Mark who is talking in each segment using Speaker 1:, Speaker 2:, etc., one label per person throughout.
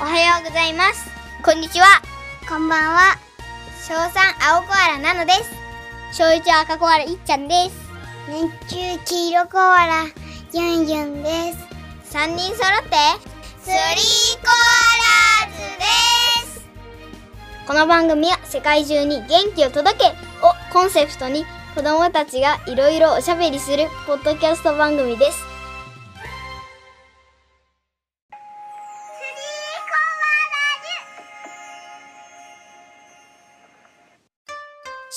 Speaker 1: おはようございますこんにちはこんばんは小3青コアラなのです小1赤コアラいっちゃんです年中黄色コアラユンユンです3人揃ってスリーコアラーズですこの番組は世界中に元気を届けをコンセプトに子どもたちがいろいろおしゃべりするポッドキャスト番組です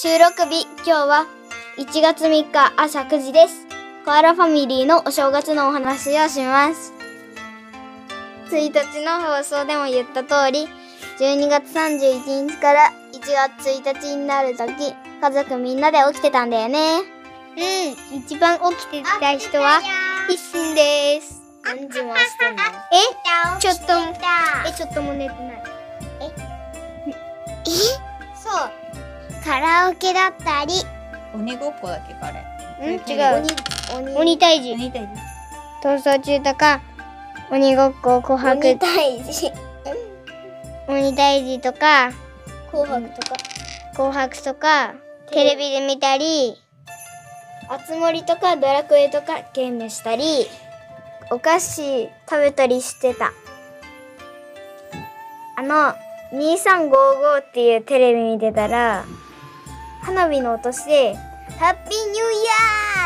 Speaker 1: 収録日今日は1月3日朝9時ですコアラファミリーのお正月のお話をします1日の放送でも言った通り12月31日から1月1日になるとき家族みんなで起きてたんだよねうん一番起きてた人は一心です何時もしてんのえちょっとえちょっとも寝てないええそうカラオケだったり
Speaker 2: 鬼ごっこだっけかあれ
Speaker 1: うん違う鬼
Speaker 3: 鬼退治
Speaker 2: 鬼退治
Speaker 3: 逃走中とか鬼ごっこ紅白
Speaker 1: 鬼
Speaker 3: 鬼
Speaker 1: 退治
Speaker 3: 退治とか
Speaker 1: 紅白とか
Speaker 3: 紅白とかテレビで見たり
Speaker 1: あつ森とかドラクエとかゲームしたりお菓子食べたりしてたあの2355っていうテレビ見てたら花火の音して「ハッピーニューイ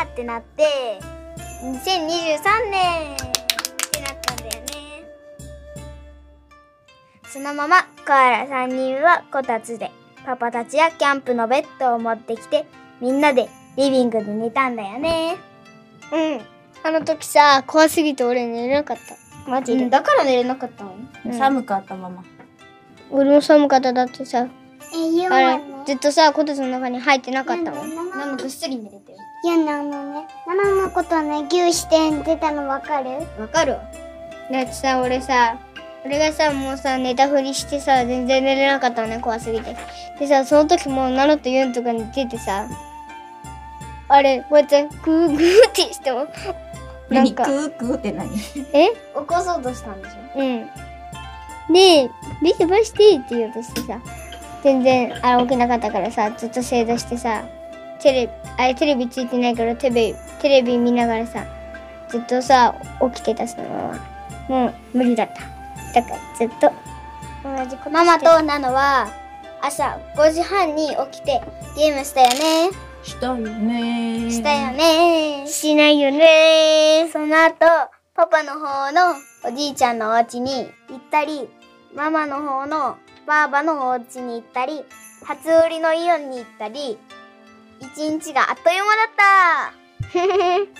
Speaker 1: ヤー!」ってなって2023年ってなったんだよねそのままコアラ3人はこたつでパパたちやキャンプのベッドを持ってきてみんなでリビングで寝たんだよね
Speaker 3: うんあの時さ怖すぎて俺寝れなかった
Speaker 1: マジで、だから寝れなかったの
Speaker 2: 寒かったまま
Speaker 3: 俺も寒かっただってさ
Speaker 1: え、ユン
Speaker 3: あれずっとさこたつの中に入ってなかったもん
Speaker 1: ママぐっすり寝れてる
Speaker 4: ユンナのね、ママのことね、牛して出たのわかる
Speaker 1: わかるわ
Speaker 3: だってさ俺さ俺がさもうさ寝たふりしてさ全然寝れなかったのね怖すぎてでさその時もうナノとユンとか寝ててさあれこうやってグーグーってしてもなん
Speaker 2: 何ク
Speaker 3: か
Speaker 2: ークーって何
Speaker 3: え
Speaker 1: 起こそうとしたんでしょ
Speaker 3: うんで「ビシバシて」って言おうとしてさ全然あれ起きなかったからさずっと正座してさテレビあれテレビついてないからテレビテレビ見ながらさずっとさ起きてたそのままもう無理だっただからずっと
Speaker 1: 同じママとナノは朝5時半に起きてゲームしたよね
Speaker 2: したよね
Speaker 1: したよね
Speaker 3: しないよね
Speaker 1: その後パパの方のおじいちゃんのお家に行ったりママの方のばあばのお家に行ったり初売りのイオンに行ったり一日があっという間だった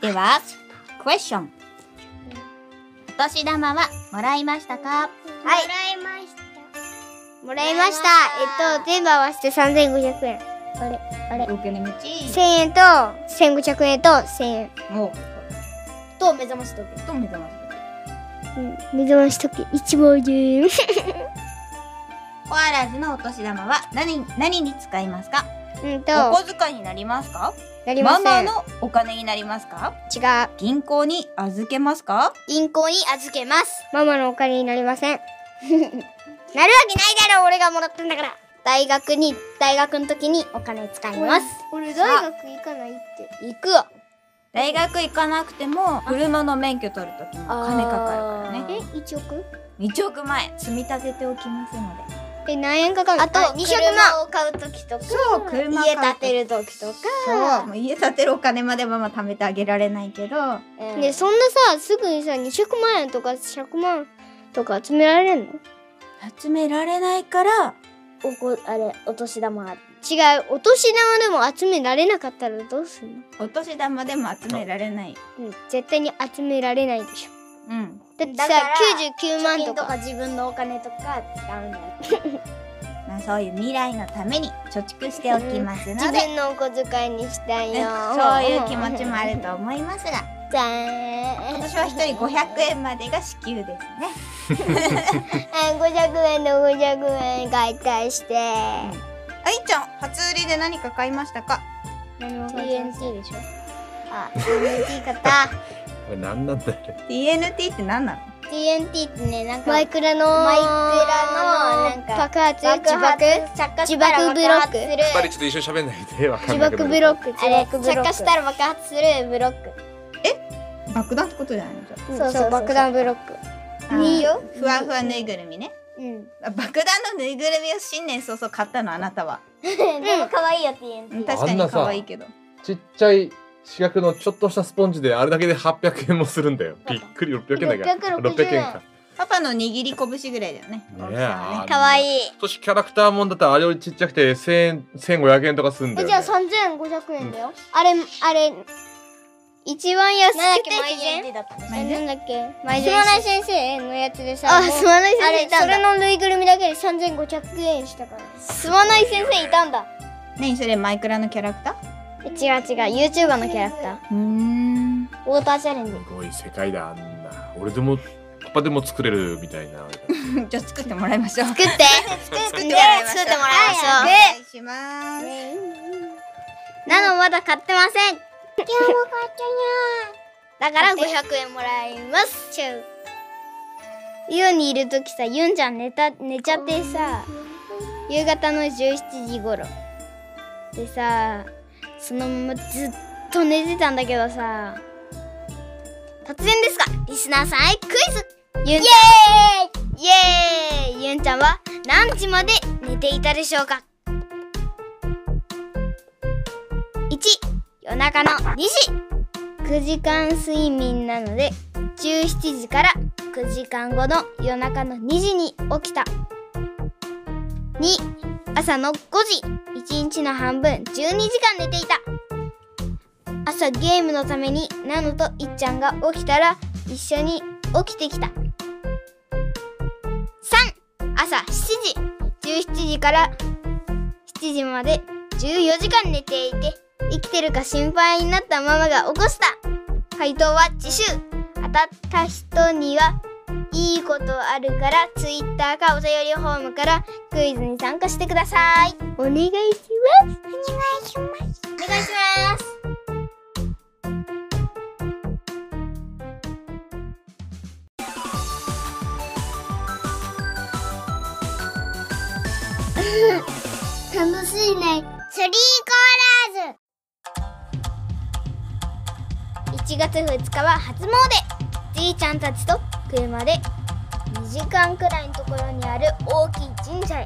Speaker 2: ではクエスチョンお年玉はもらいましたか
Speaker 1: はい
Speaker 4: いまし
Speaker 3: もらいましたえっと全部合わせて3500円
Speaker 2: 動けの道
Speaker 3: 1000円と1500円と1000円
Speaker 2: お
Speaker 1: と目覚まし時計
Speaker 2: どう目覚まし
Speaker 3: うん目覚まし時計1万円
Speaker 2: コアラーズのお年玉は何何に使いますか
Speaker 3: うんと
Speaker 2: お小遣いになりますか
Speaker 3: なりま
Speaker 2: マ
Speaker 3: せん
Speaker 2: マのお金になりますか
Speaker 3: 違う
Speaker 2: 銀行に預けますか
Speaker 1: 銀行に預けます
Speaker 3: ママのお金になりませ
Speaker 1: な
Speaker 3: ん
Speaker 1: るわけないだろ俺がもらったんだから大学に大学の時にお金使います
Speaker 3: 俺
Speaker 2: 大
Speaker 3: 学行かないって
Speaker 1: 行くよ
Speaker 2: 大学行かなくても車の免許取るときも金かかるからね
Speaker 3: え1億
Speaker 2: 1億前積み立てておきますので
Speaker 3: え何円かかる
Speaker 1: あと
Speaker 3: あ
Speaker 1: 200万
Speaker 3: 車
Speaker 1: を買う時とか
Speaker 2: そう車
Speaker 1: 家
Speaker 2: 買う
Speaker 1: 建てる時とか
Speaker 2: そうもう家建てるお金までママ貯めてあげられないけど
Speaker 1: うん
Speaker 3: ねそんなさすぐにさ200万円とか100万とか集められんの
Speaker 2: 集められないから
Speaker 1: おこあれお年玉ある
Speaker 3: 違うお年玉でも集められなかったらどうすんの、
Speaker 2: お年玉でも集められない
Speaker 3: うん、絶対に集められないでしょ
Speaker 2: うん
Speaker 3: だってさ
Speaker 1: だから
Speaker 3: 99
Speaker 1: 貯
Speaker 3: 万
Speaker 1: 金
Speaker 3: と
Speaker 1: とか
Speaker 3: か
Speaker 1: 自分のお金とか使うんだよ
Speaker 2: まあそういう未来のために貯蓄しておきますの
Speaker 3: 自
Speaker 2: で、
Speaker 3: 分のお小遣いにしたい
Speaker 2: うん
Speaker 3: よ
Speaker 2: そういう気持ちもあると思いますが
Speaker 3: じゃーん
Speaker 2: 私は一人500円までが支給ですね
Speaker 3: あ500円の500円解体して
Speaker 2: あいちゃん初売りで何か買いましたか
Speaker 1: 何も
Speaker 3: TNT でしょ
Speaker 1: あ、TNT 買った
Speaker 5: これ何なんだよ
Speaker 2: TNT って何なの
Speaker 3: TNT ってね、なんか、
Speaker 1: マイクラの
Speaker 3: マイクラのなんか
Speaker 1: 爆発
Speaker 3: 爆
Speaker 1: 自爆
Speaker 3: 発着火したら爆発する。
Speaker 5: 二人ちょっと一緒に喋んないでわか
Speaker 1: 自
Speaker 5: んないけど
Speaker 1: 爆ブロック
Speaker 3: あれ、着
Speaker 1: 自爆ブロック
Speaker 3: 火したら爆発するブロック。
Speaker 2: 爆弾ってことじゃないのじゃ
Speaker 1: うん
Speaker 3: そうそう、爆弾ブロック。
Speaker 2: あ
Speaker 3: いいよ
Speaker 2: あーふわふわぬいぐるみね
Speaker 1: うん
Speaker 2: あ爆弾のぬいぐるみを新年早々買ったのあなたは
Speaker 3: でも可愛いよ、TNT。
Speaker 2: 確か
Speaker 5: あんな
Speaker 2: に
Speaker 5: さ
Speaker 2: 可愛いけど
Speaker 5: ちっちゃい四角のちょっとしたスポンジであれだけで800円もするんだよびっくり600円だけど
Speaker 3: 660円
Speaker 5: 円か
Speaker 2: パパの握り拳ぐらいだよね
Speaker 5: ねえ
Speaker 2: 大きさはね
Speaker 3: 可愛い。
Speaker 5: 今年キャラクターもんだったらあれよりちっちゃくて1000円1500円とかするんだ
Speaker 3: え
Speaker 5: よ、
Speaker 3: じゃあ
Speaker 5: ね、
Speaker 3: 三千五百円だよ。
Speaker 1: あれあれ一番安く
Speaker 3: なんだってけマイジェンだったね。
Speaker 2: 前ね
Speaker 1: なんだっけ
Speaker 3: マイジ
Speaker 1: す
Speaker 3: ェン
Speaker 1: まない先生のやつでさ
Speaker 3: あ
Speaker 1: もう
Speaker 3: すまない先生
Speaker 1: あれ
Speaker 3: いたんだ
Speaker 1: それのぬいぐるみだけで3500円したから
Speaker 3: すまない先生いたんだ。
Speaker 2: 何それマイクラのキャラクタ
Speaker 3: 違う違う、YouTuber のキャラクタ
Speaker 2: ー
Speaker 3: ー。
Speaker 2: うーん
Speaker 3: ウォーターチャレンジ。
Speaker 5: すごい世界だあんな俺でもパパでも作れるみたいな
Speaker 2: じゃあ作ってもらいましょう。
Speaker 3: 作って。
Speaker 2: 作って
Speaker 3: もらいましょう
Speaker 2: 作ってもらいましょう。
Speaker 3: は
Speaker 2: お
Speaker 3: い
Speaker 2: 願いします。
Speaker 3: なのまだ買ってません。だから
Speaker 1: 買っ
Speaker 3: 500
Speaker 1: て
Speaker 3: 円もらいます。
Speaker 1: ちゃう家にいる時さユンちゃん寝た寝ちゃってさ夕方の17時頃でさそのままずっと寝てたんだけどさ
Speaker 3: 突然ですが、リスナーさんへクイズ
Speaker 1: ユン
Speaker 3: イエーイユンちゃんは何時まで寝ていたでしょうか ?1、夜中の2時。
Speaker 1: 9時間睡眠なので17時から9時間後の夜中の2時に起きた
Speaker 3: 2朝の5時1日の半分12時間寝ていた朝ゲームのためにナノといっちゃんが起きたら一緒に起きてきた3朝7時17時から7時まで14時間寝ていて生きてるか心配になったママが起こした回答は自習当たった人にはいいことあるからツイッターかお便りフォームからクイズに参加してください
Speaker 1: お願いします
Speaker 3: お願いします
Speaker 6: 楽しいねスリーコーラーズ
Speaker 3: 1月2日は初詣じいちゃんたちと車で2時間くらいのところにある大きい神社へ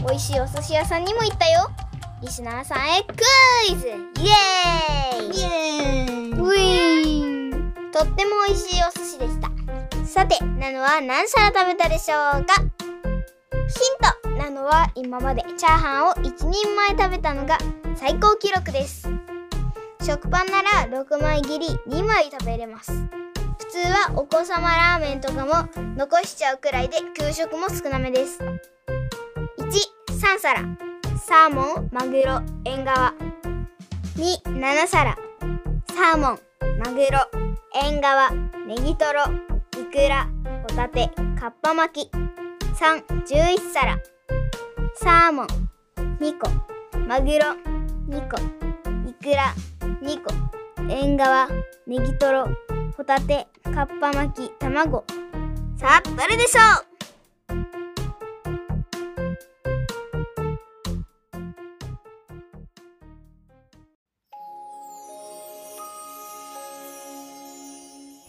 Speaker 3: 美味しいお寿司屋さんにも行ったよリスナーさんへクイズイエーイ
Speaker 2: イエーイ。
Speaker 3: ウィーンとっても美味しいお寿司でしたさてナノは何皿食べたでしょうかヒントナノは今までチャーハンを1人前食べたのが最高記録です食パンなら6枚切り2枚食べれます普通はお子様ラーメンとかも残しちゃうくらいで給食も少なめです13皿サーモンマグロ縁側27皿サーモン、マグロ、縁側、ネギトロ、イクラ、ホタテ、カッパ巻き。三、十一皿。サーモン、二個。マグロ、二個。イクラ、二個。縁側、ネギトロ、ホタテ、カッパ巻き、卵。さあ、どれでしょう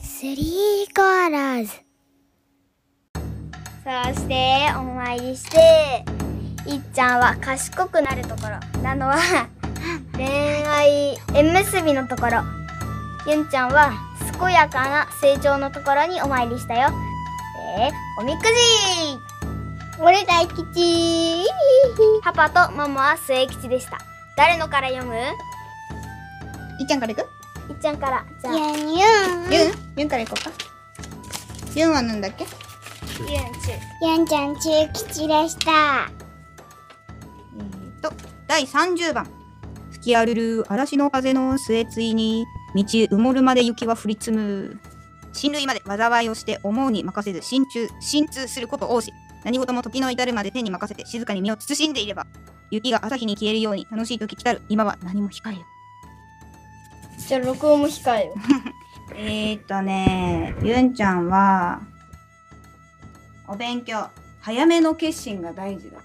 Speaker 6: スリーコーラーズ
Speaker 3: そしてお参りしていっちゃんは賢くなるところなのは恋愛縁結びのところゆんちゃんは健やかな成長のところにお参りしたよでおみくじ俺大吉パパとママは末吉でした誰のから読むい
Speaker 2: いっちゃんからいく？
Speaker 3: っちゃんからじゃあ
Speaker 6: ユ
Speaker 3: ゆん
Speaker 6: ンユン
Speaker 2: ユン？ユンからいこうか。ユンはなんだっけ？
Speaker 3: ちゅ
Speaker 6: ユンちゃん中吉でした
Speaker 2: えーと第30番「吹き荒れる嵐の風の末ついに道埋もるまで雪は降り積む」「親類まで災いをして思うに任せず心中心痛すること多し何事も時の至るまで手に任せて静かに身を慎んでいれば雪が朝日に消えるように楽しい時来たる今は何も控えよ」
Speaker 3: じゃあ録音も控えよ
Speaker 2: えー、っとねゆんちゃんはお勉強早めの決心が大事だ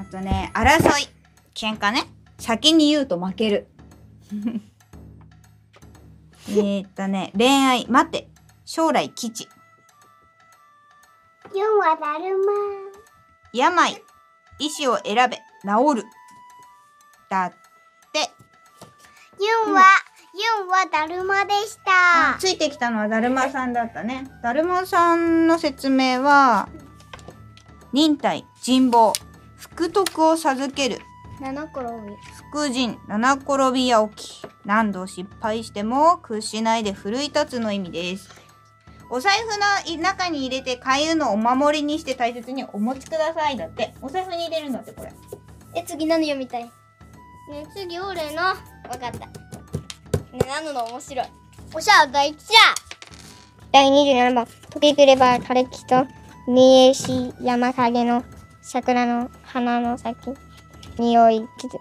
Speaker 2: あとね争い喧嘩ね先に言うと負ける えーっとね恋愛待て将来基地
Speaker 4: 4はだるま。
Speaker 2: 病医師を選べ治るだって
Speaker 4: 4は、4はだるまでした。
Speaker 2: ついてきたのはだるまさんだったね。だるまさんの説明は、忍耐、人望、福徳を授ける、
Speaker 1: 七転び。
Speaker 2: 福神、七転び八起き。何度失敗しても屈しないで奮い立つの意味です。お財布の中に入れて開運のお守りにして大切にお持ちくださいだって。お財布に入れるんだってこれ。
Speaker 1: え、次何読みたいねえ次俺の。わかった。ねえ、何の面白い。おしゃ、第一じ
Speaker 3: 第27番「時くれば枯れ木と見えし山陰の桜の花の先匂いきず」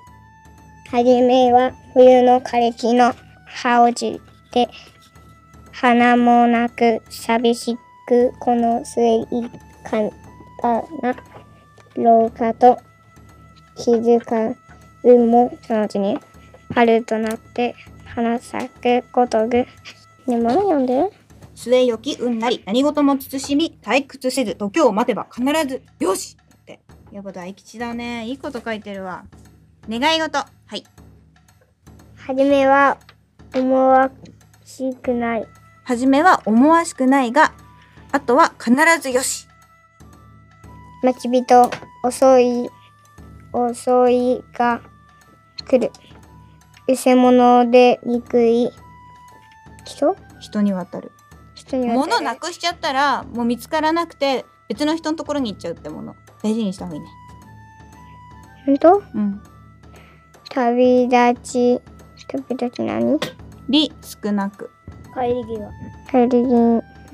Speaker 3: 「はじめは冬の枯れ木の葉をじて花もなく寂しくこの末いかな廊下と気づかうもそのうちに春となって花咲くごとぐ」ねえママ読んで。
Speaker 2: 末よき運なり何事も慎み退屈せず度胸を待てば必ずよしってやっぱ大吉だねいいこと書いてるわ願い事はい
Speaker 3: はじめは思わしくない。
Speaker 2: 初めは思わしくないがあとは必ずよし
Speaker 3: 待ち人、遅い、遅いが来る。うせ者で憎い人
Speaker 2: 人に渡る
Speaker 3: 人に
Speaker 2: 物な
Speaker 3: く
Speaker 2: くしちゃったらもう見つからなくて別の人のところに行っちゃうってもの大事にした方がいいね
Speaker 3: 本当
Speaker 2: うん
Speaker 3: 旅立ち、旅立ち何
Speaker 2: 利少なく
Speaker 1: 帰り際。
Speaker 3: 帰り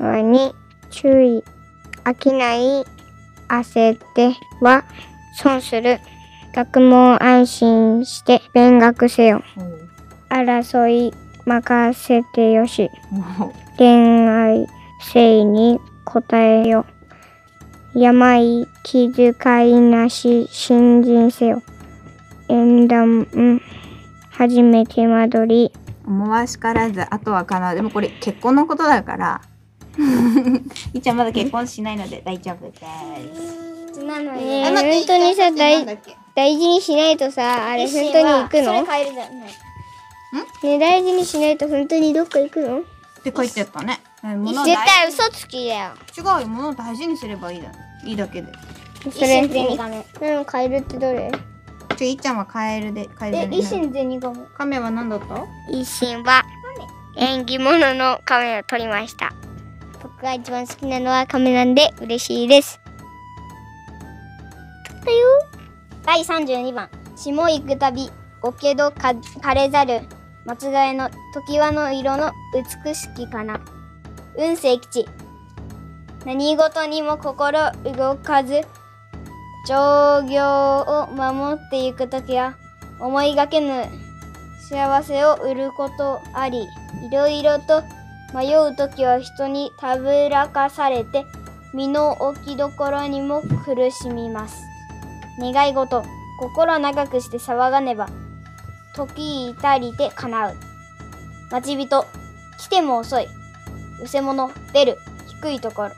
Speaker 3: 際に注意。飽きない、焦っては損する。学問安心して勉学せよ。争い任せてよし
Speaker 2: も
Speaker 3: 恋愛性に応えよ病気遣いなし信心せよ縁談初めて間取り
Speaker 2: う思わしからずあとはかなでもこれ結婚のことだから いっちゃんまだ結婚しないので大丈夫です
Speaker 1: なの
Speaker 3: ねえ本当にさ大大事にしないとさあれ本当に行くの
Speaker 1: それ帰るじゃない。
Speaker 3: ね大事にしないと本当にどっか行くの
Speaker 2: って書いてあったね。物を
Speaker 3: 絶対嘘つきだよ
Speaker 2: 大違うよ。物を大事にすればいいだ。いいだけで。
Speaker 3: それ
Speaker 1: 全にダメ。
Speaker 3: なのカエルってどれ
Speaker 2: ちょいっちゃんはカエルでカエルで、
Speaker 1: え、維新銭ニガも。
Speaker 2: カメは何だった？
Speaker 3: 一心は縁起物の亀を取りました僕が一番好きなのは亀なんで嬉しいです
Speaker 1: 第32番下行くたびおけどか枯れざる松替えの常盤の色の美しきかな運勢吉何事にも心動かず上行を守っていく時は思いがけぬ幸せを売ることありいろいろと迷う時は人にたぶらかされて身の置きどころにも苦しみます願い事心長くして騒がねば時至りて叶う待ち人来ても遅いうせ者出る低いところ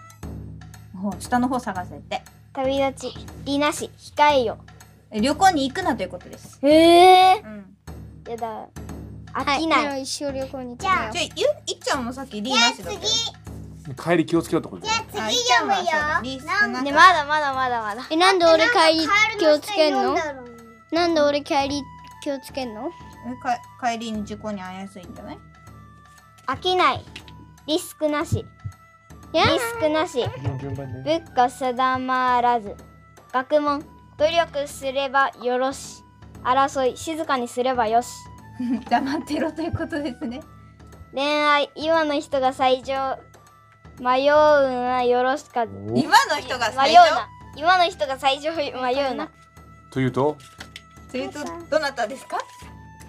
Speaker 2: ほう下の方探せて。
Speaker 1: 旅立ちりなし控えよ
Speaker 2: え旅行に行くなということです。
Speaker 1: へえ
Speaker 2: うん。
Speaker 1: やだ飽きない、
Speaker 3: い一生旅行に行
Speaker 4: じゃあ
Speaker 2: じゃあゆいっちゃんもさっきリーなしだったよ。
Speaker 5: 帰り気をつけようってことだよ
Speaker 2: あいっ
Speaker 4: 次
Speaker 2: ちゃ
Speaker 4: 読
Speaker 2: ん
Speaker 4: む
Speaker 2: は
Speaker 4: よ
Speaker 2: そうだ。リー少なく
Speaker 1: ねまだまだまだまだ
Speaker 3: えなんで俺帰り気をつけん
Speaker 4: カ
Speaker 3: の
Speaker 4: エル下読んだろう
Speaker 3: なんで俺帰り気をつけんの
Speaker 2: えか帰りに事故に遭いやすいんじゃない？
Speaker 1: 飽きないリスクなし
Speaker 3: いや
Speaker 1: リスクなし
Speaker 5: もう順番ね
Speaker 1: 物価定まらず学問努力すればよろし争い静かにすればよし
Speaker 2: 黙ってろということですね。
Speaker 1: 恋愛今の人が最上迷うなよろしかず
Speaker 5: お
Speaker 2: 今の人が
Speaker 1: 迷
Speaker 2: 最
Speaker 1: う
Speaker 2: 上。
Speaker 1: な今の人が最上迷うな
Speaker 5: というと
Speaker 2: というとどなたですか？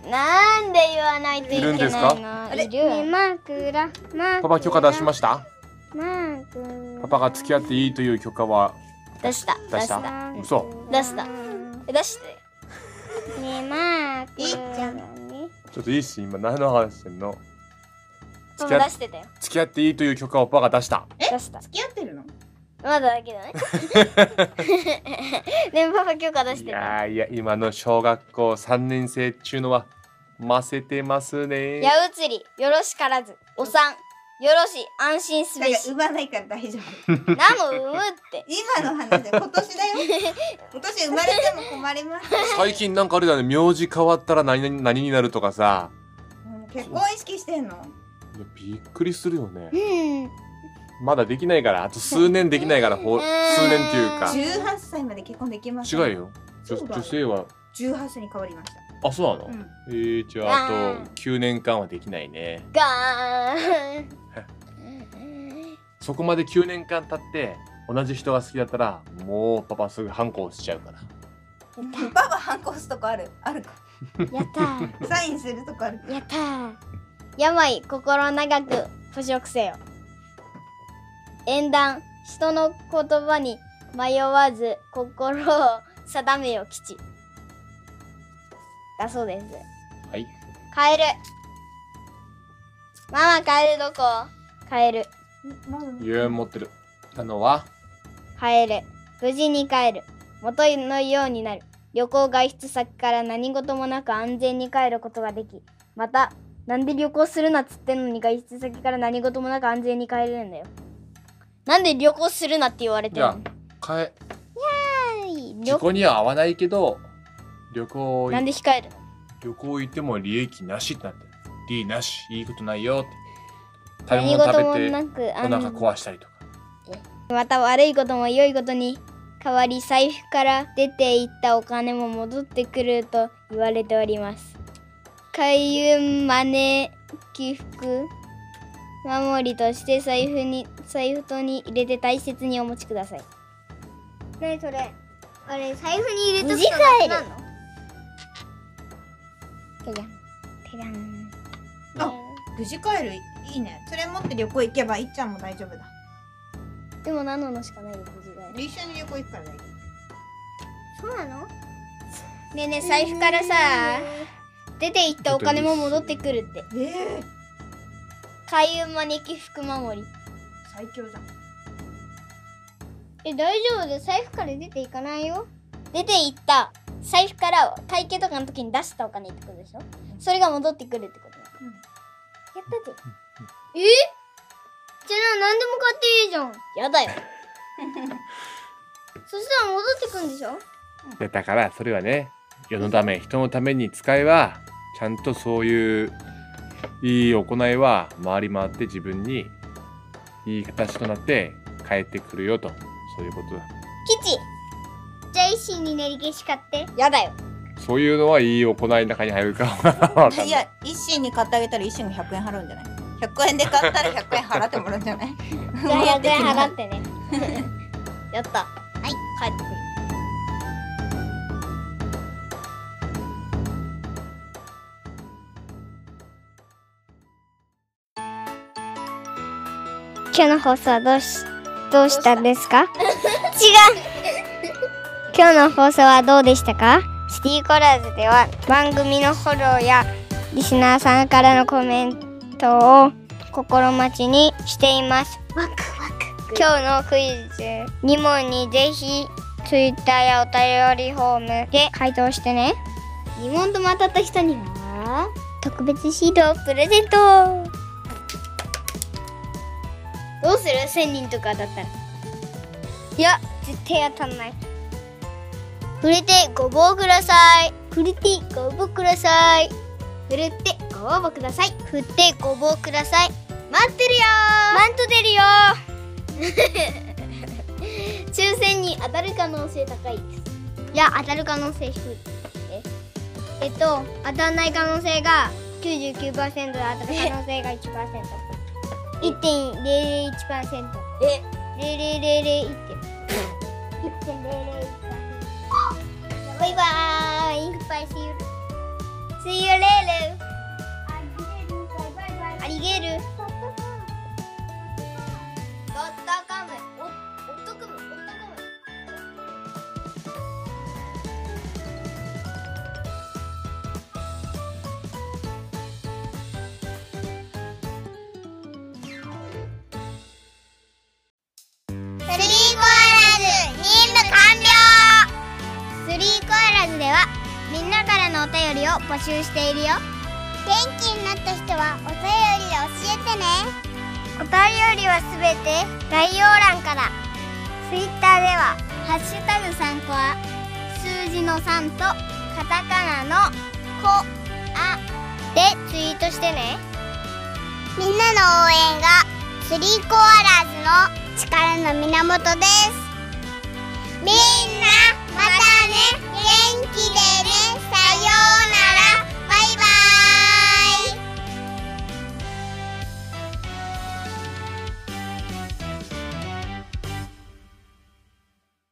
Speaker 1: なんで言わないといけない
Speaker 5: いるんですか
Speaker 1: の
Speaker 2: れ
Speaker 1: いるよ
Speaker 3: マークラマークラ
Speaker 5: パパ許可出しました
Speaker 3: マーク
Speaker 5: パパが付き合っていいという許可は
Speaker 1: 出した
Speaker 5: 出した嘘
Speaker 1: 出したえ出して
Speaker 3: ねえまあこれじゃあね
Speaker 5: ちょっといいし今何の話してんの
Speaker 1: パ
Speaker 5: 付き
Speaker 1: パ
Speaker 5: 合
Speaker 1: 出してたよ
Speaker 5: 付き合っていいという許可をパパが出した
Speaker 1: 出した
Speaker 2: 付き合ってるの
Speaker 1: まだだけど ねでもパパ許可出し
Speaker 5: い
Speaker 1: てた
Speaker 5: やーいや今の小学校3年生っちゅうのはませてますね
Speaker 1: 矢移りよろしからずお産よろし安心す
Speaker 2: だか
Speaker 1: べ
Speaker 2: ら
Speaker 1: し
Speaker 2: 産まないから大丈夫
Speaker 1: なのうむって
Speaker 2: 今の話だよ今年だ よ今年生まれても困ります
Speaker 5: 最近なんかあれだね名字変わったら何々何になるとかさ
Speaker 2: もう結婚意識してんの
Speaker 5: いやびっくりするよね
Speaker 1: うん
Speaker 5: まだできないからあと数年できないから
Speaker 1: う
Speaker 5: ほ
Speaker 1: ん
Speaker 5: 数年っていうか
Speaker 2: 18歳まで結婚できます
Speaker 5: 違うよ女
Speaker 2: そうだ
Speaker 5: 女性は
Speaker 2: 18歳に変わりました
Speaker 5: あそうな
Speaker 2: う
Speaker 5: の、
Speaker 2: ん
Speaker 5: えー、じゃああ
Speaker 1: うん
Speaker 5: と9年間はできないね
Speaker 1: ガー ン
Speaker 5: そこまで9年間経って同じ人が好きだったらもうパパすぐ反抗しちゃうから
Speaker 2: パパ反抗すとこあるあるか
Speaker 1: やったー
Speaker 2: サインするとこあるか
Speaker 1: やったー病心長く捕食せよ縁談人の言葉に迷わず心を定めよ吉だそうです
Speaker 5: はい
Speaker 1: カエルママカエルどこカエル
Speaker 5: 言う持ってるあのは
Speaker 1: カエル無事に帰る元のようになる旅行外出先から何事もなく安全に帰ることができまたなんで旅行するなっつってんのに外出先から何事もなく安全に帰れるんだよなんで旅行するなって言われて
Speaker 5: じ
Speaker 1: るの
Speaker 5: ゃあかえ
Speaker 1: はい旅
Speaker 5: 事故には合わないけど旅行
Speaker 1: なん
Speaker 5: い
Speaker 1: で控えるの
Speaker 5: 旅行行っても利益なしってなってる利益なしいいことないよって食べ
Speaker 1: 何
Speaker 5: 物
Speaker 1: 事
Speaker 5: 食
Speaker 1: も
Speaker 5: べて
Speaker 1: なく
Speaker 5: お腹
Speaker 1: 安
Speaker 5: 壊したりとか
Speaker 1: また悪いことも良いことに変わり財布から出ていったお金も戻ってくると言われております開運招き福守りとして財布に財布とに入れて大切にお持ちください
Speaker 3: 何それあれ財布に入れとく
Speaker 1: 無事帰る
Speaker 3: なくなるの
Speaker 1: ペランペラン
Speaker 2: あ無事帰るいいねそれ持って旅行行けばいっちゃんも大丈夫だ
Speaker 1: でもナノのしかないよ無事だよ
Speaker 2: 一緒に旅行行くから大丈
Speaker 3: そうなの
Speaker 1: ねえねえ財布からさ出ていったお金も戻ってくるって
Speaker 2: 夫ええ
Speaker 1: 開運招き福守り
Speaker 2: 最強じゃん
Speaker 3: え大丈夫で財布から出ていかないよ
Speaker 1: 出て行った財布から会計とかの時に出したお金ってことでしょそれが戻ってくるってことだ
Speaker 3: やったぜえじゃあな何でも買っていいじゃん
Speaker 1: やだよ
Speaker 3: そしたら戻ってくんでしょ
Speaker 5: でだからそれはね世のため人のために使えばちゃんとそういういい行いは回り回って自分にいい形となって帰ってくるよとそういうことだ
Speaker 1: 吉
Speaker 3: じゃあ一心に練り消し買って
Speaker 1: やだよ
Speaker 5: そういうのはいい行いの中に入るかわかんない
Speaker 2: いや一心に買ってあげたら一心が100円払うんじゃない100円で買ったら100円払ってもらうんじゃない
Speaker 1: じゃあ100円払
Speaker 2: て
Speaker 1: ってねやったはい帰ってくる
Speaker 3: 今日の放送はどうしどうしたんですか違う今日の放送はどうでしたかシティコラーズでは番組のフォローやリスナーさんからのコメントを心待ちにしていますワクワク今日のクイズ2問にぜひツイッターやお便りフォームで回答してね
Speaker 1: 疑問とまたった人には
Speaker 3: 特別シートをプレゼント
Speaker 1: どうする1000人とかだったら
Speaker 3: いや絶対当たんないくれてごぼうくださいくれてごぼうください
Speaker 1: 振るってご応募ください
Speaker 3: 振ってごぼうください
Speaker 1: 待ってるよ
Speaker 3: マント出るよ
Speaker 1: 抽選に当たる可能性高いです
Speaker 3: いや当たる可能性低いええっと当たんない可能性が99%で当たる可能性が 1%1.001%
Speaker 1: え
Speaker 3: 0001点1.001%バイバイグッバイ See you See you later ありげるドットコムみんなからのお便りを募集しているよ元気になった人はお便りで教えてねお便りはすべて概要欄から Twitter では「ハッシュタグ参考は数字の3とカタカナの「こ」「あ」でツイートしてねみんなの応援がスリーコアラーズの力の源ですみんなまたね元気でねさようなら